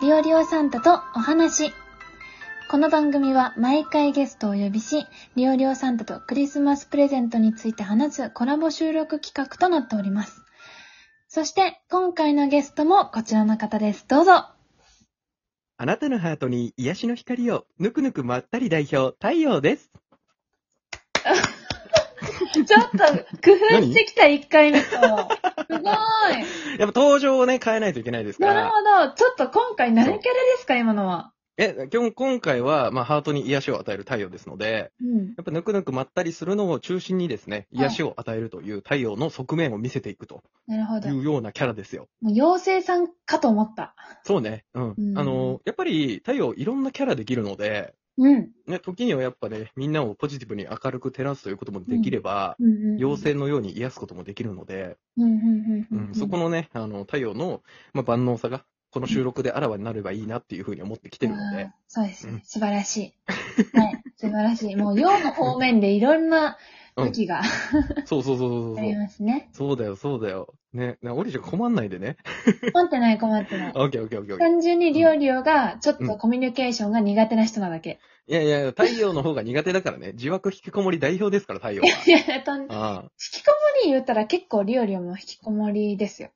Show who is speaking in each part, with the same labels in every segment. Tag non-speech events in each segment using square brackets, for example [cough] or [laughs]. Speaker 1: リオリオサンタとお話。この番組は毎回ゲストをお呼びし、リオリオサンタとクリスマスプレゼントについて話すコラボ収録企画となっております。そして、今回のゲストもこちらの方です。どうぞ。
Speaker 2: あなたのハートに癒しの光を、ぬくぬくまったり代表、太陽です。
Speaker 1: ちょっと [laughs] 工夫してきた1回目と。すごい。
Speaker 2: やっぱ登場をね、変えないといけないですか
Speaker 1: なる
Speaker 2: ら。
Speaker 1: ほど。ちょっと今回何キャラですか、今のは。
Speaker 2: え、今日、今回は、まあ、ハートに癒しを与える太陽ですので、
Speaker 1: うん。
Speaker 2: やっぱぬくぬくまったりするのを中心にですね、
Speaker 1: はい
Speaker 2: 癒しを与えるという太陽の側面を見せていくと
Speaker 1: なるほど。
Speaker 2: い
Speaker 1: も
Speaker 2: うようなキャラですよ。
Speaker 1: う妖精さんかと思った。
Speaker 2: そうね。うん。
Speaker 1: うん
Speaker 2: あの、やっぱり太陽いろんなキャラできるので、
Speaker 1: うん。
Speaker 2: ね、時にはやっぱね、みんなをポジティブに明るく照らすということもできれば、
Speaker 1: うんうんうん、
Speaker 2: 妖精のように癒すこともできるので、
Speaker 1: うんうんうんう
Speaker 2: うん
Speaker 1: うん
Speaker 2: ん、そこのね、あの、太陽の、まあ、万能さが、この収録であらわになればいいなっていうふうに思ってきてるの
Speaker 1: あー
Speaker 2: で、
Speaker 1: そうです
Speaker 2: う
Speaker 1: ね
Speaker 2: ん。
Speaker 1: 素晴らしい。はい。素晴らしい。もう、用の方面でいろんな武器があ
Speaker 2: そうそうそうそうそう。
Speaker 1: りますね。
Speaker 2: そうだよ、そうだよ。ね、なオリジン困んないでね。
Speaker 1: 困ってない、困ってない。
Speaker 2: オッケーオッケーオッケーオッケー。
Speaker 1: 単純にリオリオが、ちょっ
Speaker 2: う
Speaker 1: と
Speaker 2: ん
Speaker 1: コミュニケーションが苦手な人なだけ。
Speaker 2: いやいや、太陽の方が苦手だからね。自枠引きこもり代表ですから、太陽は。
Speaker 1: いや、とん引
Speaker 2: ああ。い
Speaker 1: きこもり言ったら結構リオリオも引きこもりですよ。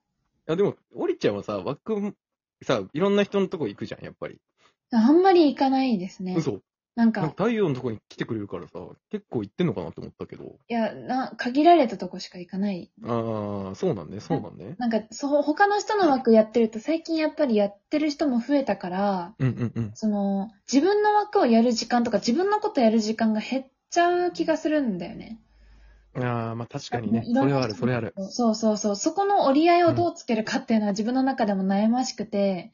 Speaker 2: や、でも、オリちゃんはさ、枠、さ、いろんな人のとこ行くじゃん、やっぱり。
Speaker 1: あんまり行かないですね。
Speaker 2: 嘘。
Speaker 1: なん
Speaker 2: なん
Speaker 1: か
Speaker 2: か、太陽のとこに来てくれるからさ、結構行ってんのかなと思ったけど。
Speaker 1: いや、な、限られたとこしか行かない。
Speaker 2: ああ、そうなんね、そうなんね。
Speaker 1: なんか、そう、他の人の枠やってると最近やっぱりやってる人も増えたから、
Speaker 2: うんうんうん。
Speaker 1: その、自分の枠をやる時間とか自分のことやる時間が減っちゃう気がするんだよね。
Speaker 2: ああ、まあ確かにね
Speaker 1: い。ろ
Speaker 2: そ
Speaker 1: ん
Speaker 2: れ
Speaker 1: な
Speaker 2: はあ
Speaker 1: 人
Speaker 2: る、それはある。
Speaker 1: そうそうそう。そこの折り合いをどうつけるかっていうのは自分の中でも悩ましくて、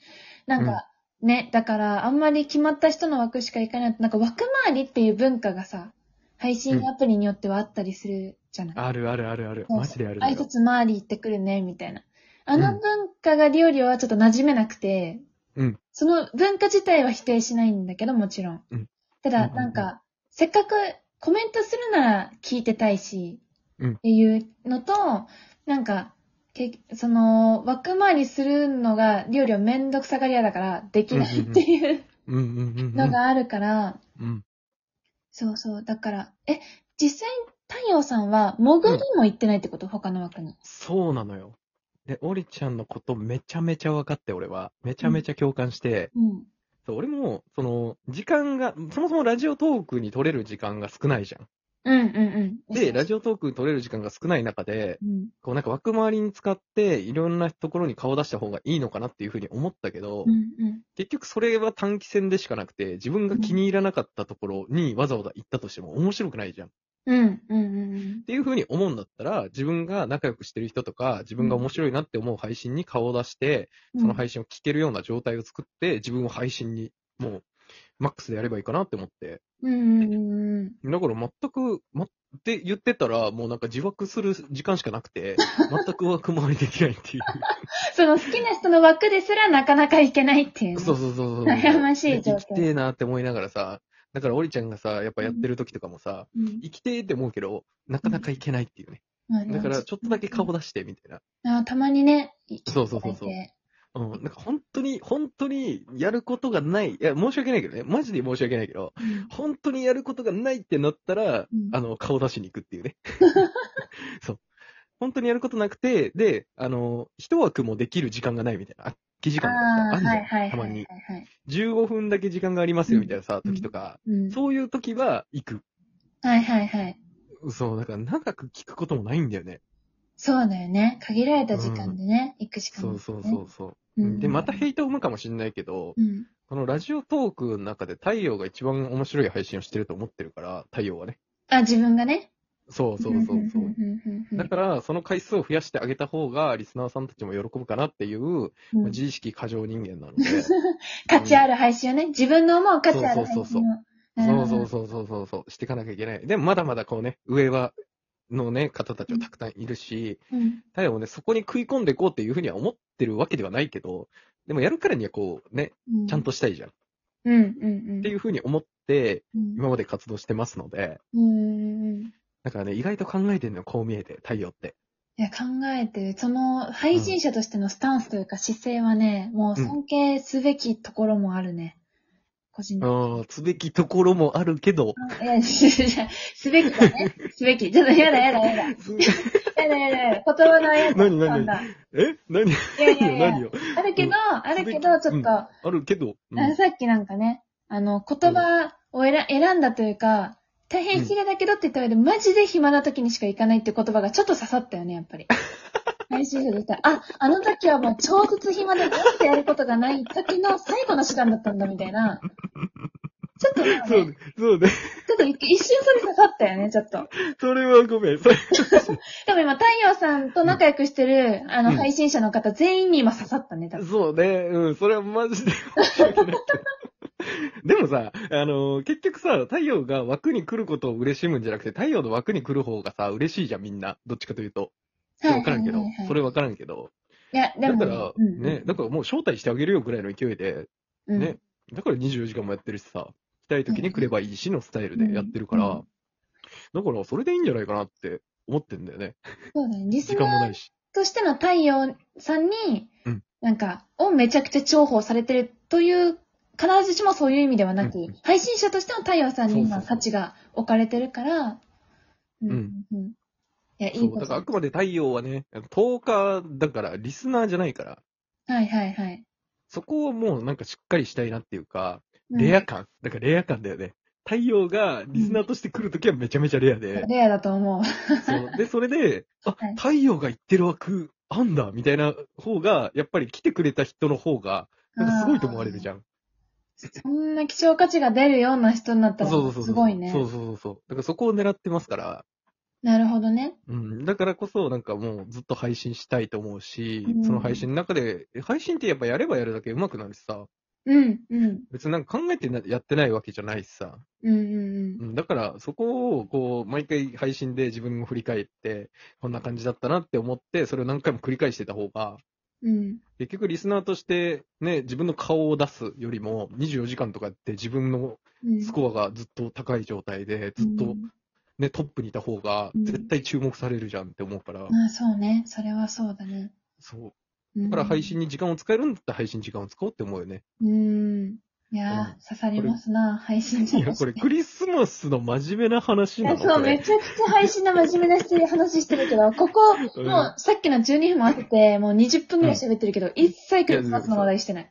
Speaker 1: なんか、ね、だからあんまり決まった人の枠しか行かない。なんか枠回りっていう文化がさ、配信アプリによってはあったりするじゃない。
Speaker 2: あるあるあるある。
Speaker 1: そう
Speaker 2: マジであるの
Speaker 1: 挨
Speaker 2: よ。
Speaker 1: 拶回り行ってくるね、みたいな。あの文化がリオリオはちょっと馴染めなくて、
Speaker 2: うん
Speaker 1: その文化自体は否定しないんだけど、もちろん。
Speaker 2: うん
Speaker 1: た
Speaker 2: うんう
Speaker 1: だ、
Speaker 2: んうん
Speaker 1: なんか、せっかくコメントするなら聞いてたいし、
Speaker 2: うん
Speaker 1: っていうのと、なんか、けその、枠回りするのが、リオリオめんどくさがり屋だから、できないっていう
Speaker 2: うんうんうんうん。
Speaker 1: のがあるから、
Speaker 2: うん。
Speaker 1: そうそう。だから、え、実際、太陽さんは、潜りも行ってないってこと、他の枠に。
Speaker 2: そうなのよ。で、オリちゃんのことめちゃめちゃ分かって、俺は。めちゃめちゃ共感して、
Speaker 1: うん。
Speaker 2: そう俺も、その、時間が、そもそもラジオトークに取れる時間が少ないじゃ。
Speaker 1: うんうんうんん。
Speaker 2: で、ラ
Speaker 1: ジ
Speaker 2: ジオトークに取れる時間が少ない中で、
Speaker 1: オ。うん。
Speaker 2: こうなんか枠回りに使って、いろんなところに顔出した方がいいのかなっていうふうに思ったけど、
Speaker 1: うんうん。
Speaker 2: 結局それは短期戦でしかなくて、自分が気に入らなかったところにわざわざ行ったとしても面白くないじゃん。
Speaker 1: うんうんうん
Speaker 2: っていう風に思うんだったら、自分が仲良くしてる人とか、自分が面白いなって思う配信に顔を出して、
Speaker 1: うん。
Speaker 2: その配信を聞けるような状態を作って、自分を配信に、もう、マックスでやればいいかなって思って。
Speaker 1: うんうんうんうん。
Speaker 2: だから全く、ま、って言ってたら、もうなんか自爆する時間しかな
Speaker 1: [laughs]
Speaker 2: くて、全く枠回りできないってい。
Speaker 1: その好きな人の枠ですらなかなか行けないっていうう。
Speaker 2: そうそうそうそう。
Speaker 1: 悩ましい状況
Speaker 2: 生きてえなって思いながらさ、だからオリちゃんがさ、やっぱやってる時とかもさ、
Speaker 1: うん。
Speaker 2: 生きてえって思うけど、なかなかいけないっていうね。
Speaker 1: まあね
Speaker 2: だからちょっとだけ顔出して、みたいな。
Speaker 1: あたまにね。
Speaker 2: そうそうそうそう
Speaker 1: 聞いて
Speaker 2: うん、なんか本当に、本当にやることがない。いや、申し訳ないけどね。マジで申し訳ないけど、
Speaker 1: いただいて
Speaker 2: 本当にやることがないってなったら、
Speaker 1: うん
Speaker 2: あの、顔出しに行くっていう
Speaker 1: [laughs]
Speaker 2: ね。そう。本当にやることなくて、で、あの、一枠もできる時間がないみたいな。空き時
Speaker 1: うん。あ
Speaker 2: 間
Speaker 1: あ、は
Speaker 2: があん
Speaker 1: い
Speaker 2: じゃん
Speaker 1: はいはい。
Speaker 2: たまに。
Speaker 1: はいはい。
Speaker 2: 15分だけ時間がありますよみたいなさ、
Speaker 1: うん
Speaker 2: 時とか。
Speaker 1: うん。
Speaker 2: そういう時は行く。
Speaker 1: はいはいはい。
Speaker 2: そう、だから長く聞くこともないんだよね。
Speaker 1: そうだよね。限られた時間でね、行くしかな
Speaker 2: そ
Speaker 1: い、
Speaker 2: う
Speaker 1: ね。
Speaker 2: そうそうそう。
Speaker 1: うん
Speaker 2: で、またヘイト生むかもしんないけど、
Speaker 1: うん。
Speaker 2: このラジオトークの中で太陽が一番面白い配信をしてると思ってるから、太陽はね。
Speaker 1: あ、自分がね。
Speaker 2: そうそうそうそ
Speaker 1: んんう
Speaker 2: う。
Speaker 1: んうんうん
Speaker 2: だから、その回数を増やしてあげた方が、リスナーさんたちも喜ぶかなっていう、
Speaker 1: うん
Speaker 2: 自意識過剰人
Speaker 1: [laughs]
Speaker 2: 間なので。
Speaker 1: 価値ある配信をね、自分の思う価値ある配信を。
Speaker 2: そうそうそうそうそうそうそうそうそう、していかなきゃいけない。でもまだまだこうね、上は、のね、方たちはたくさんいるし、
Speaker 1: うん。うん
Speaker 2: 太陽もね、そこに食い込んでいこうっていうふうには思ってるわけではないけど、でもやるからにはこうね、
Speaker 1: うん
Speaker 2: ちゃん。としたいじゃん。っ
Speaker 1: うんうんうん。
Speaker 2: ていううふうに思って、
Speaker 1: ん。
Speaker 2: 今まで活動してますので、
Speaker 1: うんうんうん。
Speaker 2: だからね、意外と考えてんのよ、こう見えて、太陽って。
Speaker 1: いや、考えてる。その、配信者としてのスタンスというか姿勢はね、もう尊敬すべきところもあるね。個人的に。
Speaker 2: ああ、すべきところもある
Speaker 1: [laughs]
Speaker 2: けど、
Speaker 1: いや、いやすべきだね。 [laughs] すべき。ちょっとやだやだやだ。や
Speaker 2: す
Speaker 1: だやだやだ。言葉のやつ。
Speaker 2: 何
Speaker 1: そ
Speaker 2: 何
Speaker 1: んな
Speaker 2: え何
Speaker 1: いやいやいや
Speaker 2: 何よ
Speaker 1: あるけど、あるけど、ちょっと、あ
Speaker 2: あるけど、うん
Speaker 1: のさっきなんかね、あの、言葉を選選んだというか、大変綺麗だけどって言った上で、マジで暇な時にしか行かないって言葉がちょっと刺さったよね、やっぱ
Speaker 2: [laughs]
Speaker 1: り。配信者で言ったら、あ、あの時はもう超絶暇でガッてやることがない時の最後の手段だったんだ、みたいな。ちょっとなんか
Speaker 2: そう
Speaker 1: ね、
Speaker 2: ね、そうね。
Speaker 1: ちょっと一一瞬それ刺さったよね、ちょっと。
Speaker 2: それはごめん。それ
Speaker 1: でも今、太陽さんと仲良くしてる、あの、
Speaker 2: うん
Speaker 1: 配信者の方、全員に今刺さったね、多分。
Speaker 2: そうね。うん、それはマジで [laughs] 申し訳ないけど。でもさ、あのー結局さ、太陽が枠に来ることを嬉しむんじゃなくて、太陽の枠に来る方がさ、嬉しいじゃん、みんな。どっちかというと。それわからんけど
Speaker 1: はいはいはいは。い
Speaker 2: それわからんけど。
Speaker 1: いや、で
Speaker 2: だ
Speaker 1: も、
Speaker 2: から、
Speaker 1: うん
Speaker 2: ね、だからもう招待してあげるよぐらいの勢いで、
Speaker 1: うん
Speaker 2: ね、だから24時間もやってるしさ、来たい時に来ればいいしのスタイルでやってるか
Speaker 1: うん
Speaker 2: ら、だからそれでいいんじゃないかなって思ってんだよね。
Speaker 1: そうだね。リス
Speaker 2: 時間も
Speaker 1: ナ
Speaker 2: な
Speaker 1: ー
Speaker 2: いし。
Speaker 1: としての太陽さんに、
Speaker 2: うん
Speaker 1: なんか、をめちゃくちゃ重宝されてるという、必ずしもそういう意味ではなく、
Speaker 2: うんうん
Speaker 1: 配信者としての太陽さんに
Speaker 2: そうそ
Speaker 1: 今、
Speaker 2: うそう
Speaker 1: 価値が置かれてるから、うんうんうんいや、い
Speaker 2: そ、
Speaker 1: いうこ
Speaker 2: だ
Speaker 1: と
Speaker 2: からあ
Speaker 1: だ。
Speaker 2: くまで太陽はね、10日だからリスナーじゃないから、
Speaker 1: はいはいはい。
Speaker 2: そこをもうなんかしっかりしたいなっていうか、
Speaker 1: うん
Speaker 2: レア感。だからレア感だよね。太陽がリスナーとして来るときはめちゃめちゃレ
Speaker 1: [laughs]
Speaker 2: アで、
Speaker 1: レアだと思う。
Speaker 2: そう。で、それで、あ
Speaker 1: はい、
Speaker 2: 太陽が言ってる枠あんだ、みたいな方が、やっぱり来てくれた人の方が、なんかすごいと思われるじ
Speaker 1: ゃん。
Speaker 2: ゃん。
Speaker 1: そんな貴重価値が出るような人になった
Speaker 2: そう
Speaker 1: ら、
Speaker 2: そうそう。
Speaker 1: すごいね。
Speaker 2: そうそうそうそう。だからそこを狙ってますから、
Speaker 1: なるほどね。
Speaker 2: うん。だからこそ、なんかもうずっと配信したいと思うし、
Speaker 1: うん
Speaker 2: その配信の中で、配信ってやっぱやればやるだけ上手くなるしさ、
Speaker 1: うん、うん、
Speaker 2: 別になんか考えてなやってないわけじゃないしさ、
Speaker 1: うん、うん
Speaker 2: う。ん。だからそこを、こう、毎回配信で自分を振り返って、こんな感じだったなって思って、それを何回も繰り返してた方が、
Speaker 1: うん、うん。
Speaker 2: 結局リスナーとしてね、自分の顔を出すよりも、24時間とかやって自分の
Speaker 1: うん、
Speaker 2: スコアがずっと高い状態で、ずっとね、トップにいた方が
Speaker 1: うん
Speaker 2: 絶対注目されるじゃんって思うから、
Speaker 1: まあそうね。それはそうだね。
Speaker 2: そう。
Speaker 1: だ
Speaker 2: だから配信に時間を使えるんだったら配信に時間を使おうって思うよね。
Speaker 1: うん。いやー、
Speaker 2: うん
Speaker 1: 刺さりますな、配信者
Speaker 2: い
Speaker 1: と
Speaker 2: や、
Speaker 1: して
Speaker 2: これクリスマスの真面目な話
Speaker 1: い
Speaker 2: な
Speaker 1: や
Speaker 2: の
Speaker 1: そう、
Speaker 2: こ
Speaker 1: め
Speaker 2: れ。
Speaker 1: ちゃくちゃ配信の真面目なして話してるけど、ここ、
Speaker 2: うん
Speaker 1: もうさっきの12分もあって、もう20分ぐらい喋ってるけど、一切クリスマスの話題してない。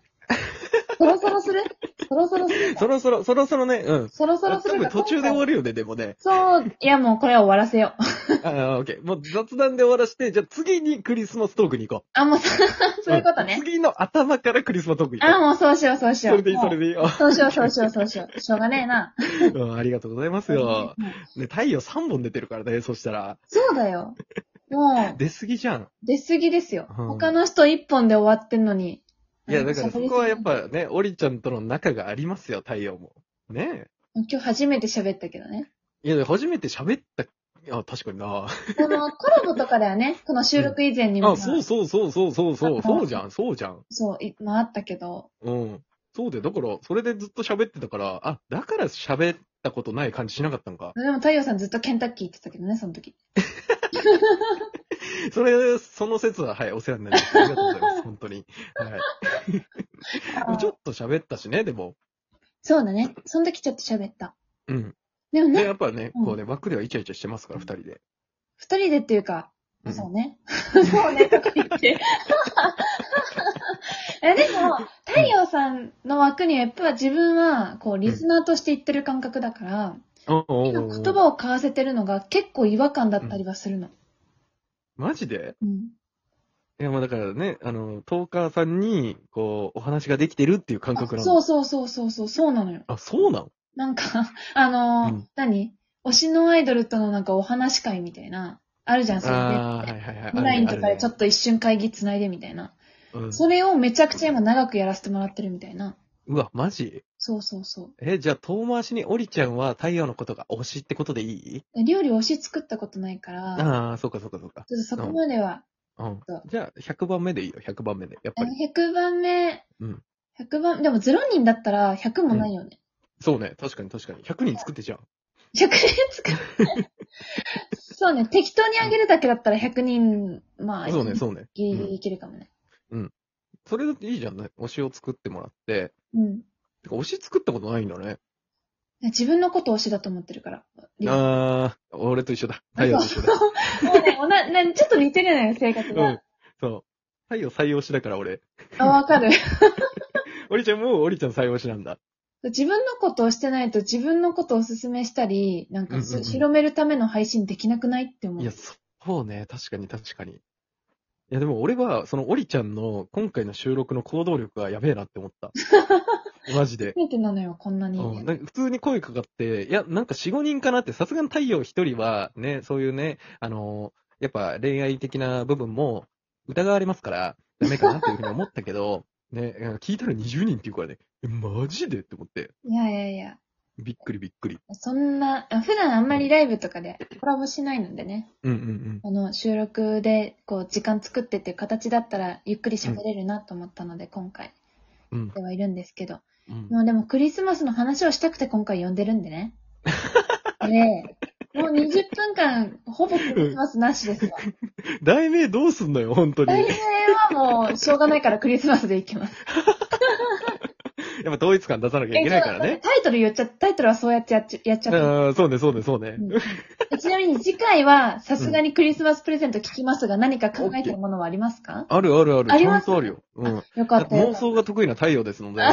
Speaker 1: そろそろするそろそろする
Speaker 2: [laughs] そろそろ、そろそろね、うん。
Speaker 1: そろそろす
Speaker 2: 多
Speaker 1: る
Speaker 2: 分
Speaker 1: か
Speaker 2: 途中で終わるよね、で
Speaker 1: [laughs]
Speaker 2: もね。
Speaker 1: そう、いやもうこれは終わらせよう。
Speaker 2: ああ、オッケー。もう雑談で終わらして、じゃあ次にクリスマストークに行こう。
Speaker 1: あ、もうそ
Speaker 2: [laughs]
Speaker 1: [laughs] そういうこと
Speaker 2: ん
Speaker 1: ね。
Speaker 2: 次の頭からクリスマストーク行こう。
Speaker 1: あ、もうそうしよう、そうしよ。
Speaker 2: そうれでいい、それ
Speaker 1: で。
Speaker 2: でいい。あ
Speaker 1: そうしよう、そうしよう、そうしよう。しょうがねえ
Speaker 2: [laughs]
Speaker 1: な。
Speaker 2: うんありがとうございますよ。ね、太陽3本出てるからね、そしたら。
Speaker 1: そうだよ。もう、
Speaker 2: 出すぎじゃん。
Speaker 1: 出すぎですよ。
Speaker 2: うん
Speaker 1: 他の人一本で終わってんのに。
Speaker 2: いや、だからそこはやっ
Speaker 1: 喋り
Speaker 2: ぱね、オリちゃんとの仲がありますよ、太陽も。ね
Speaker 1: すぎて。今日初めて喋ったけどね。
Speaker 2: え。いや、初めて喋った、あ、確かにな。
Speaker 1: このコラボとかでは
Speaker 2: [laughs]
Speaker 1: ね、この収録以前にも、
Speaker 2: あ、そうそうそうそうそうそう、そうじゃん、そうじゃん。
Speaker 1: そう、いまああったけど、
Speaker 2: うん。そうだよ。だから、それでずっと喋ってたから、あ、だから喋ったことない感じしなかったのか。
Speaker 1: でも太陽さんずっとケンタッキー行ってたけどね、その時。
Speaker 2: それ、その説は、はい、お世話になりました。ありがとうございます、本当に。はい。ちょっと喋ったしね、でも。
Speaker 1: そうだね。その時ちょっと喋った。
Speaker 2: うん。
Speaker 1: でも
Speaker 2: で、
Speaker 1: ね、
Speaker 2: やっぱね、
Speaker 1: うん
Speaker 2: こうね、枠ではイチャイチャしてますから、二人で。
Speaker 1: 二人でっていうか、
Speaker 2: うん
Speaker 1: そうね。そうね、とか言って。 [laughs] えでも、太陽さんの枠にはやっぱ自分は、こう、リスナーとして行ってる感覚だから、
Speaker 2: おうおうおう
Speaker 1: 言葉を交わせてるのが結構違和感だったりはするの。
Speaker 2: マジで
Speaker 1: うん。
Speaker 2: いや、まあだからね、あの、トーカーさんに、こう、お話ができてるっていう感
Speaker 1: あ
Speaker 2: 覚なの。。
Speaker 1: そううそうそうそうそう、そうなのよ。
Speaker 2: あ、そうなの
Speaker 1: なんか、 [laughs] あのー
Speaker 2: うん
Speaker 1: 何推しのアイドルとのなんかお話会みたいな、あるじゃん、それ
Speaker 2: ああー、
Speaker 1: ね。
Speaker 2: はいはいはい。
Speaker 1: オンラインとかでちょ
Speaker 2: っ
Speaker 1: っと一瞬会議つないでみたいな。
Speaker 2: と、うん
Speaker 1: それをめちゃくちゃ今長くやらせてもらってるみたいな。
Speaker 2: うわ、マジ
Speaker 1: そうそうそ。
Speaker 2: え、じゃあ遠回しにオリちゃんは太陽のことが推しってことでいいう
Speaker 1: 料理推し作ったことないから、
Speaker 2: ああ、そうかそうかそうか。
Speaker 1: ちょっとそこまでは、
Speaker 2: うん
Speaker 1: そう。
Speaker 2: じゃあ、100番目でいいよ、100番目で。やっぱり。
Speaker 1: 100番目、
Speaker 2: うん
Speaker 1: 100番、でも0人だったら100もないよね。
Speaker 2: そうね、確かに確かに。100人作ってじゃん。
Speaker 1: 100人作る。そうね、適当にあげるだけだったら100人、まあ、
Speaker 2: そうね、そうね。
Speaker 1: ギリギ
Speaker 2: う
Speaker 1: リ
Speaker 2: ん
Speaker 1: いけるかもね。
Speaker 2: それだっていいじゃんね。推しを作ってもらって。
Speaker 1: うん。
Speaker 2: てか推し作ったことないんだね。
Speaker 1: 自分のこと推しだと思ってるから。リオ
Speaker 2: あー、俺と一緒だ。太陽と一緒だ。
Speaker 1: もうね、お [laughs] ななちょっと似てるのよ、性格
Speaker 2: う
Speaker 1: が。
Speaker 2: ん。そう。太陽採用しだから俺。
Speaker 1: あ、わかる。
Speaker 2: おりちゃんもおりちゃん採用しなんだ。
Speaker 1: 自分のことをしてないと自分のことをおすすめしたり、なんかす、
Speaker 2: うんうんうん
Speaker 1: 広めるための配信できなくないって思う。
Speaker 2: いや、そうね。確かに確かに。いや、でも俺は、そのおりちゃんの今回の収録の行動力がやべえなって思った。マジで。
Speaker 1: 初めてなのよ、こんなに。
Speaker 2: うん、なんか普通に声かかって、いや、なんか4、5人かなって、さすがに太陽一人は、ね、そういうね、あのーやっぱ恋愛的な部分も疑われますから、ダメかなというふうに思ったけど、ね、うん聞いたら20人っていうからね、えマジでって思って、
Speaker 1: いやいやいや。
Speaker 2: びっくりびっくり。
Speaker 1: そんな、あ普段あんまりライブとかでコラボしないのでね。
Speaker 2: うんうんうん。
Speaker 1: この収録で、こう、時間作ってっていう形だったら、ゆっくり喋れるなと思ったので、今回
Speaker 2: うん、
Speaker 1: ではいるんですけど。
Speaker 2: うん。
Speaker 1: もうでもクリスマスの話をしたくて今回呼んでるんで
Speaker 2: [laughs]
Speaker 1: ね。で、もう20分間、ほぼクリスマスなし
Speaker 2: [laughs]
Speaker 1: ですわ。
Speaker 2: 題名どうすんのよ、本当に。
Speaker 1: 来
Speaker 2: や
Speaker 1: 年はもう、しょうがないからクリスマスでいきます。
Speaker 2: っぱ統一感出さなきゃいけないからね。
Speaker 1: タイトル言っちゃ、タイトルはそうやってやっちゃやっちゃった。
Speaker 2: うん、そうね、そうね、そうね。
Speaker 1: うんちなみに次回は、さすがにクリスマスプレゼント聞きますが、何か考えてるものはありますか
Speaker 2: あるあるある、
Speaker 1: あ
Speaker 2: ち
Speaker 1: り
Speaker 2: ゃ
Speaker 1: ま
Speaker 2: ん
Speaker 1: す
Speaker 2: とあるよ。うん。
Speaker 1: よかったよ
Speaker 2: 妄
Speaker 1: かった。
Speaker 2: 想が得意な太陽ですので、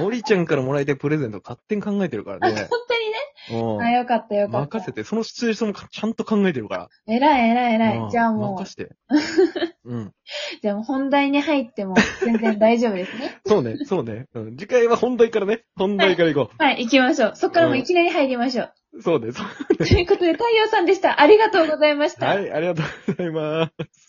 Speaker 2: おりちゃんからもらいたいプレゼント勝手に考えて
Speaker 1: [laughs]
Speaker 2: るから
Speaker 1: 本
Speaker 2: ね。
Speaker 1: 当にね。
Speaker 2: うん
Speaker 1: あ、よかったよかった。
Speaker 2: 任せて、そのシチュエーションもちゃんと考えてるから。
Speaker 1: えらいえらいえら
Speaker 2: うん
Speaker 1: い。じゃあも
Speaker 2: 任して。うん。
Speaker 1: う、じゃあもう本題に入っても全然大丈夫です
Speaker 2: [laughs]
Speaker 1: ね。
Speaker 2: そうね、そうね。うん次回は本題からね。本題から行こ
Speaker 1: はい、行きましょう。そっからもういきなり入りましょう。 [laughs]
Speaker 2: う。そうね。そう
Speaker 1: ということで、太陽さんでした。ありがとうございました。
Speaker 2: はい、ありがとうございます。